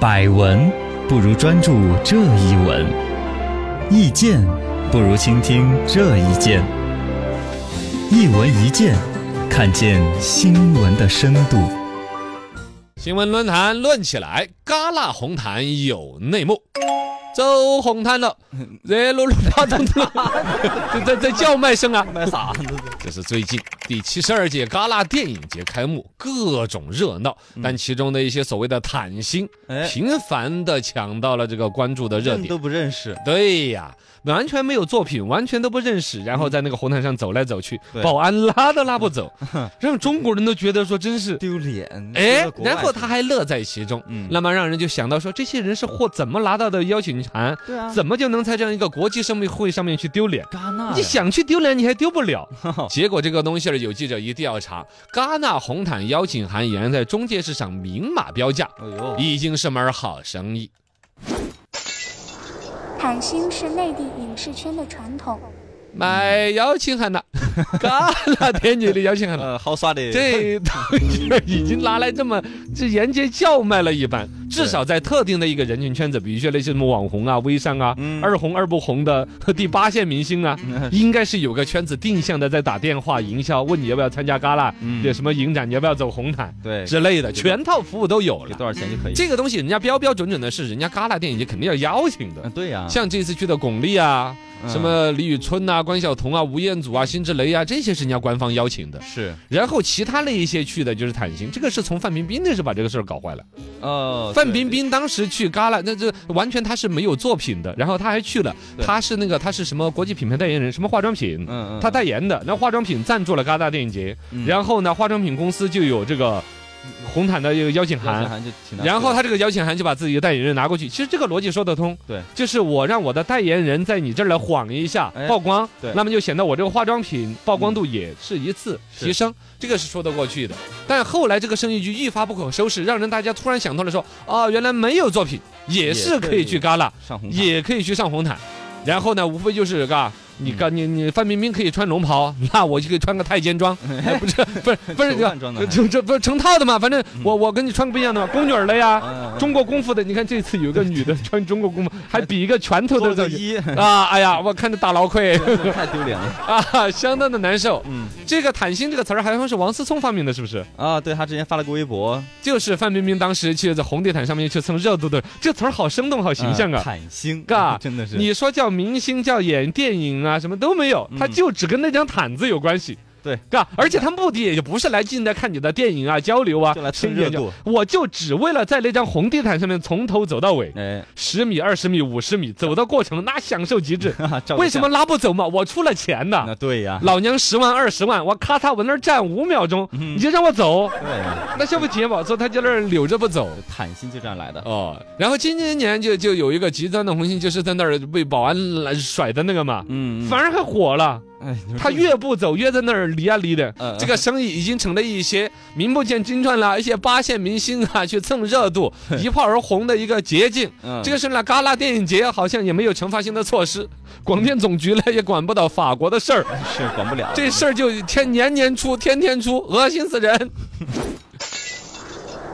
百闻不如专注这一闻，意见不如倾听这一见。一闻一见，看见新闻的深度。新闻论坛论起来，戛纳红毯有内幕。走红毯 了，热噜噜巴咚咚，这这这叫卖声啊！卖啥子？ 这是最近第七十二届戛纳电影节开幕，各种热闹，但其中的一些所谓的毯星，嗯哎，频繁的抢到了这个关注的热认点。都不认识，对呀，完全没有作品，完全都不认识，然后在那个红毯上走来走去，嗯对保安拉都拉不 走，让中国人都觉得说真是丢脸。哎说到，国外然后去他还乐在其中，嗯那么让人就想到说，这些人是获怎么拿到的邀请函，对啊，怎么就能在这样一个国际生命会上面去丢脸？戛纳呀？你想去丢脸，你还丢不 了。结果这个东西儿，有记者一调查，戛纳红毯邀请函已然在中介市场明码标价，哎呦，已经是门儿好生意。毯星是内地影视圈的传统，买邀请函 了，戛纳电影的邀请函了。呃，好耍的。这东西儿已经拿来这么这沿街叫卖了一般，至少在特定的一个人群圈子，比如说那些什么网红啊、微商啊、嗯二红二不红的和第八线明星啊，嗯应该是有个圈子定向的在打电话营销，问你要不要参加戛纳，嗯有什么影展，你要不要走红毯对，之类的，全套服务都有给了多。少钱就可以？这个东西人家标标准准的是人家戛纳电影节肯定要邀请的嗯，，对呀，像这次去的巩俐啊、嗯什么李宇春啊、关晓彤啊、吴彦祖啊、辛芷蕾啊，这些是人家官方邀请的。是然后其他那一些去的就是坦行，这个是从范冰冰那是把这个事儿搞坏了。哦，呃范对冰冰当时去戛纳，那这完全她是没有作品的，然后她还去了，对她是那个她是什么国际品牌代言人，什么化妆品，嗯嗯，她代言的，那化妆品赞助了戛纳电影节，嗯然后呢，化妆品公司就有这个红毯的这个邀请邀函请。函就挺难然后说的他这个邀请函就把自己的代言人拿过去，其实这个逻辑说得通。对，就是我让我的代言人在你这儿来晃一下哎曝光，对那么就显得我这个化妆品曝光度也是一次提升，这个是说得过去的。但后来这个生意就一发不可收拾，让人大家突然想通了说，哦，原来没有作品也是可以去戛纳，上红毯也可以去上红毯。然后呢，无非就是嘎。你嗯干你你范冰冰可以穿龙袍， 那我就可以穿个太监 装，哎不是不是不是这手个办装的还嗯就这不是成套的嘛，反正我我跟你穿个不一样的 嘛，宫女儿的呀，嗯嗯中国功夫的，你看这次有个女的穿中国 功夫，还比一个拳头做都个在一，啊，哎呀，我看着打劳 愧太丢脸了。啊，相当的难受。嗯这个“坦心”这个词儿好像是王思聪发明的，是不是？啊，对他之前发了个微博，就是范冰冰当时去在红地毯上面去蹭热度的，这词儿好生动，好形象呃啊！坦 星，嘎真的是你说叫明星叫演电影啊，什么都没有，他嗯就只跟那张毯子有关系。对，嘎，而且他目的也不是来进来看你的电影啊、交流啊，就来蹭听热演讲度。我就只为了在那张红地毯上面从头走到尾， 哎，十米、二十米、五十米，走的过程那享受极致。照个为什么拉不走嘛？我出了钱相？那呐，对呀，老娘十万、二十万，我咔嚓往那儿站五秒钟，嗯你就让我走，对呀，那消费体验不好做，他就那儿扭着不走。坦星就这样来的。哦，然后今年年就就有一个极端的红星，就是在那儿被保安来甩的那个嘛，嗯，嗯反而还火了。哎，你说他这越不走，越在那儿离啊离的。呃这个生意已经成了一些名不见经传啦，一些八线明星啊去蹭热度、一炮而红的一个捷径。嗯这个是呢，戛纳电影节好像也没有惩罚性的措施，广电总局呢也管不到法国的事儿，是管不了这事儿就天年年出，天天出，恶心死人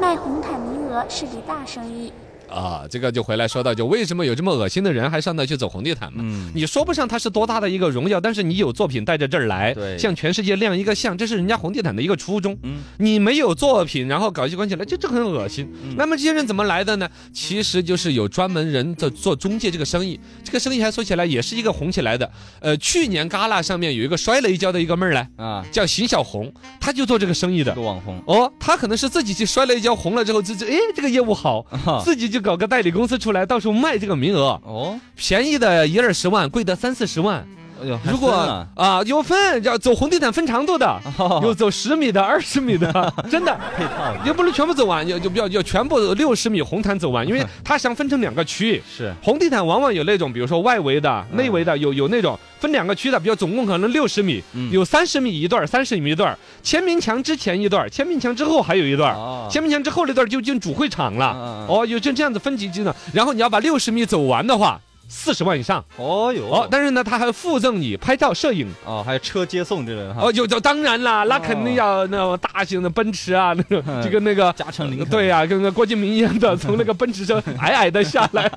卖红毯名额是笔大生意。啊！这个就回来说到，就为什么有这么恶心的人还上那去走红地毯嘛？嗯，你说不上他是多大的一个荣耀，但是你有作品带着这儿来，对向全世界亮一个相，这是人家红地毯的一个初衷。嗯你没有作品，然后搞一些关系来，这这很恶心。嗯那么这些人怎么来的呢？其实就是有专门人在做中介这个生意，这个生意还说起来也是一个红起来的。呃，去年戛纳上面有一个摔了一跤的一个妹儿来，啊，叫邢小红，她就做这个生意这的个。网红，哦，她可能是自己去摔了一跤，红了之后，自己哎这个业务好，啊自己就搞个代理公司出来，到处卖这个名额，哦，便宜的一二十万，贵的三四十万。哎呦，还如果分了啊有分，要走红地毯分长度的，哦有走十米的、 二十米 的，真的。配套的也不能全部走完，要就不要要全部六十米红毯走完，因为它想分成两个区域。是红地毯往往有那种，比如说外围的、嗯内围的，有有那种分两个区的，比如总共可能六十米，嗯有三十米一段，三十米一段，签名墙之前一段，签名墙之后还有一段，哦签名墙之后那段就进主会场了。哦嗯嗯嗯哦，有就这样子分级级呢，然后你要把六十米走完的话，四十万以上。哦哟，哦，但是呢，他还附赠你拍照、摄影。哦还有车接送之类的哈，哦，有就当然啦，那肯定要那种大型的奔驰啊，那种 嗯就跟那个。加成林肯呃对呀、跟个郭敬明一样 的，从那个奔驰上矮矮的下来，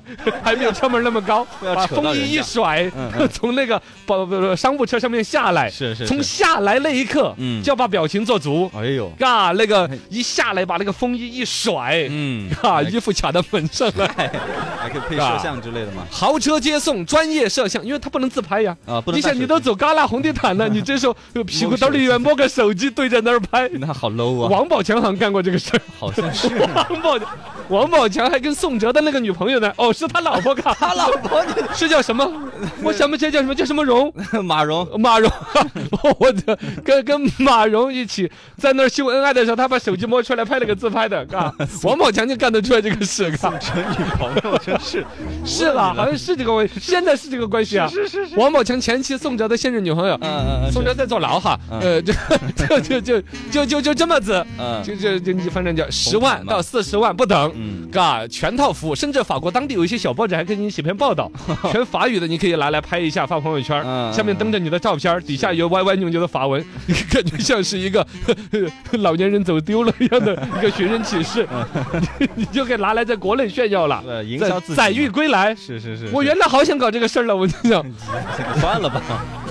还没有车门那么高，不要把扯到风人衣一家甩嗯，嗯从那个不不不商务车上面下来，是是从是，下来那一刻嗯就要把表情做足，哎呦，嘎，那个一下来把那个风衣一甩，嗯， 嘎，还衣服卡到门上了。还可以啊是配吧摄像之类的嘛， 豪车接送，专业摄像，因为他不能自拍呀。啊，不能你想，带你手都机，走旮旯红地毯 了，你这时候呃屁股兜里面摸个手机对着那儿拍。那好 low 啊，王宝强好像干过这个 事儿，好像是王宝强，王宝强还跟宋哲的那个女朋友呢，哦，是他老婆 卡，他老婆 是叫什么？我想不起来叫什么，叫什么荣，马 蓉，马蓉，我的跟跟马蓉一起在那儿秀恩爱的时候，他把手机摸出来拍了个自拍的， 啊，王宝强就干得出来这个事，啊，成女朋友真是，是啦，好像是这个关系，现在是这个关系啊，是是是，王宝强前妻宋哲的现任女朋友，嗯宋哲在坐牢哈，呃，就 就就就就就就这么子，嗯就就就你反正就十红万毯嘛到四十万不等。嗯，嘎，全套服务，甚至法国当地有一些小报纸还给你写篇报 道，全法语的，你可以拿来拍一下发朋友圈儿，嗯下面登着你的照片儿，底下有歪歪扭扭的法文， 感觉像是一个 呵呵老年人走丢了一样的嗯一个寻人启 事，你就可以拿来在国内炫耀了，对，营载销自己嘛，载誉归来。是是是， 我是原来好想搞这个事儿了，我就 嗯想，算了吧，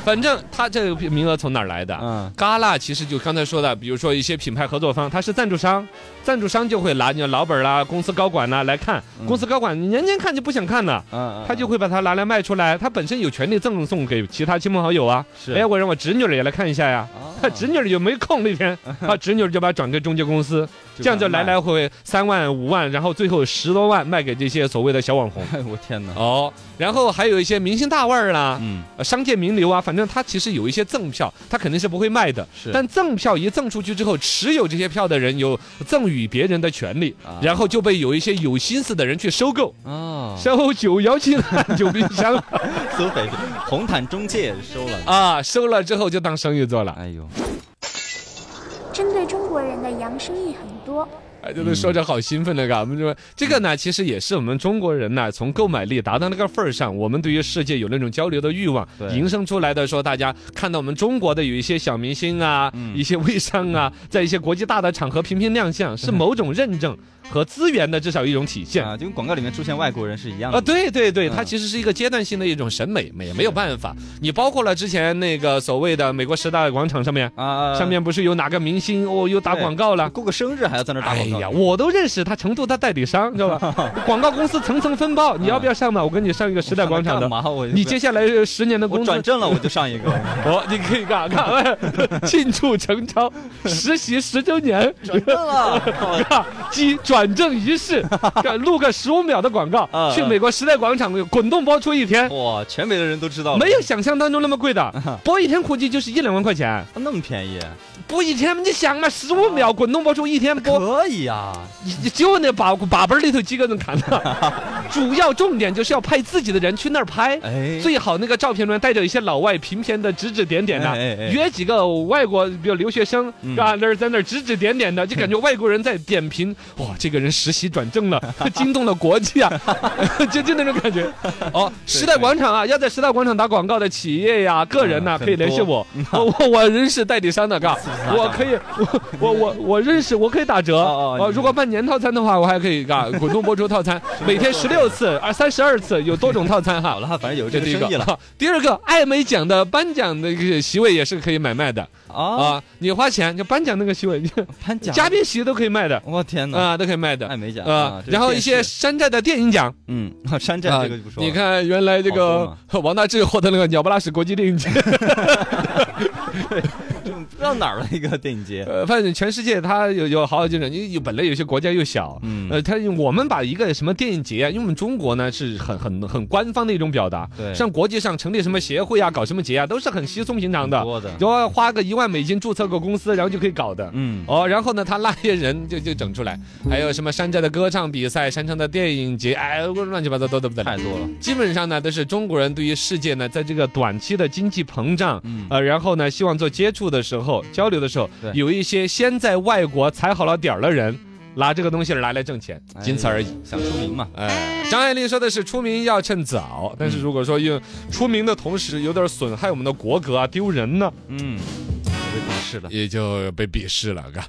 反正他这个名额从哪儿来的？嗯，戛纳其实就刚才说的，比如说一些品牌合作方，他是赞助商，赞助商就会拿你的老板儿啦、公司高管啦来看，嗯公司高管你年年看就不想看了。嗯，他就会把它拿来卖出来，他本身有权利赠送给其他亲朋好友啊。是哎，我让我侄女儿也来看一下呀。 他啊侄女儿有没空那 天，他侄女儿就把它转给中介公司，这样就来哦。来回回三万五万，然后最后十多万卖给这些所谓的小网红哎， 我天哪！哦，然后还有一些明星大腕儿啦，嗯，呃商界名流啊，反正他其实有一些赠票，他肯定是不会卖的。是但赠票一赠出去之后，持有这些票的人有赠与别人的权利，啊然后就被有一些有心思的人去收购，哦，收九摇旗烂酒冰 箱苏北红毯中介收了。啊，收了之后就当生意做了。哎呦，针对中国人的洋生意很多，哎，就是说着好兴奋的嘎，我们说这个呢，其实也是我们中国人呢，从购买力达到那个份儿上，我们对于世界有那种交流的欲望，对营生出来的说，大家看到我们中国的有一些小明星啊，嗯一些微商啊，在一些国际大的场 合频频亮相，是某种认证和资源的至少一种体现。 啊，就跟广告里面出现外国人是一样的啊，对对对，嗯它其实是一个阶段性的一种审美，也没有办法。你包括了之前那个所谓的美国十大广场上面，啊，上面不是有哪个明星哦又打广告了？过个生日还要在那儿打哎广告。呀，我都认识他成都他代理商，知道 吧？广告公司层层分包，你要不要上嘛？我跟你上一个时代广场干的，嘛？嗯我你接下来十年的我工转作，正了，我就 上一个。哦，你可以干干，哎 庆祝成超实习十周年，转正了，干即转正仪 式，干录个十五秒的广告，嗯去美国时代广场滚动播出一天，哇，全北的人都知道了，没有想象当中那么贵的嗯，播一天估计就是一两万块钱，那么便宜，播一天你想嘛，十五哦秒滚动播出一 天播可以啊，你你就那把把本儿里头几个人看的，主要重点就是要派自己的人去那儿拍，哎，最好那个照片里面带着一些老外评片的指指点点的，哎哎哎约几个外国比如留学生嗯啊那儿在那儿指指点点的，就感觉外国人在点 评，哇，这个人实习转正了，他惊动了国际啊， 就就那种感 觉。哦，时代广场啊，要在时代广场打广告的企业呀、个人呐、嗯可以联系很多我， 我我我认识代理商的，嘎， 是我可以，我我我我认识，我可以打折。哦哦哦，你如果办年套餐的话，我还可以 嘎滚动播出套餐，每天十六次，二三十二次，有多种套餐哈。好好了，反正有这这第个一生意个了。 第二个，艾美奖的颁奖的一个席位也是可以买卖的啊，啊，你花钱就颁奖那个席位，颁 奖，嘉，宾席都可以卖的我天哪，啊，都可以卖的艾美奖啊。这然后电一些视山寨的电影奖嗯， 山寨啊这个就不，说了，你看原来这个好 王大治获得那个鸟不拉屎国际电影节，不知道哪儿的一个电影节，呃，反正全世界它有有好好几种，因为有本来有些国家又小，嗯呃，它我们把一个什么电影节啊，因为我们中国呢是很很很官方的一种表达，对像国际上成立什么协会啊，搞什么节啊，都是很稀松平常的，多的，就要花个一万美金注册个公司，然后就可以搞的。嗯，哦，然后呢，他那些人就就整出来，还有什么山寨的歌唱比赛、山寨的电影节，哎，乱七八糟多的不得了太。多了，基本上呢，都是中国人对于世界呢，在这个短期的经济膨胀，嗯呃，然后呢，希望做接触的时候、交流的时候对，有一些先在外国踩好了点儿的人。拿这个东西来来挣钱，哎仅此而已。想出名嘛？哎，张爱玲说的是出名要趁早，嗯但是如果说用出名的同时有点损害我们的国格啊，丢人呢，嗯，被鄙视了。也就被鄙视了，嘎。